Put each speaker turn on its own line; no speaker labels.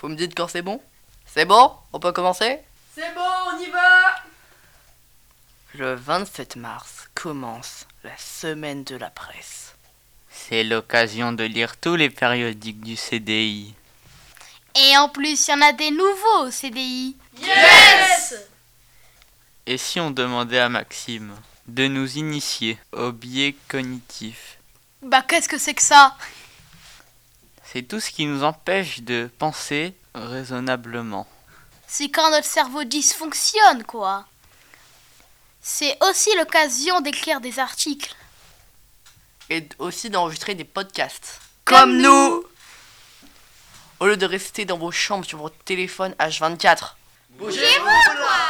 Vous me dites quand c'est bon C'est bon On peut commencer
C'est bon, on y va
Le 27 mars commence la semaine de la presse.
C'est l'occasion de lire tous les périodiques du CDI.
Et en plus, il y en a des nouveaux au CDI.
Yes
Et si on demandait à Maxime de nous initier au biais cognitif
Bah, qu'est-ce que c'est que ça
C'est tout ce qui nous empêche de penser raisonnablement.
C'est quand notre cerveau dysfonctionne, quoi. C'est aussi l'occasion d'écrire des articles.
Et aussi d'enregistrer des podcasts.
Comme nous.
Au lieu de rester dans vos chambres sur votre téléphone H24.
Bougez-vous, quoi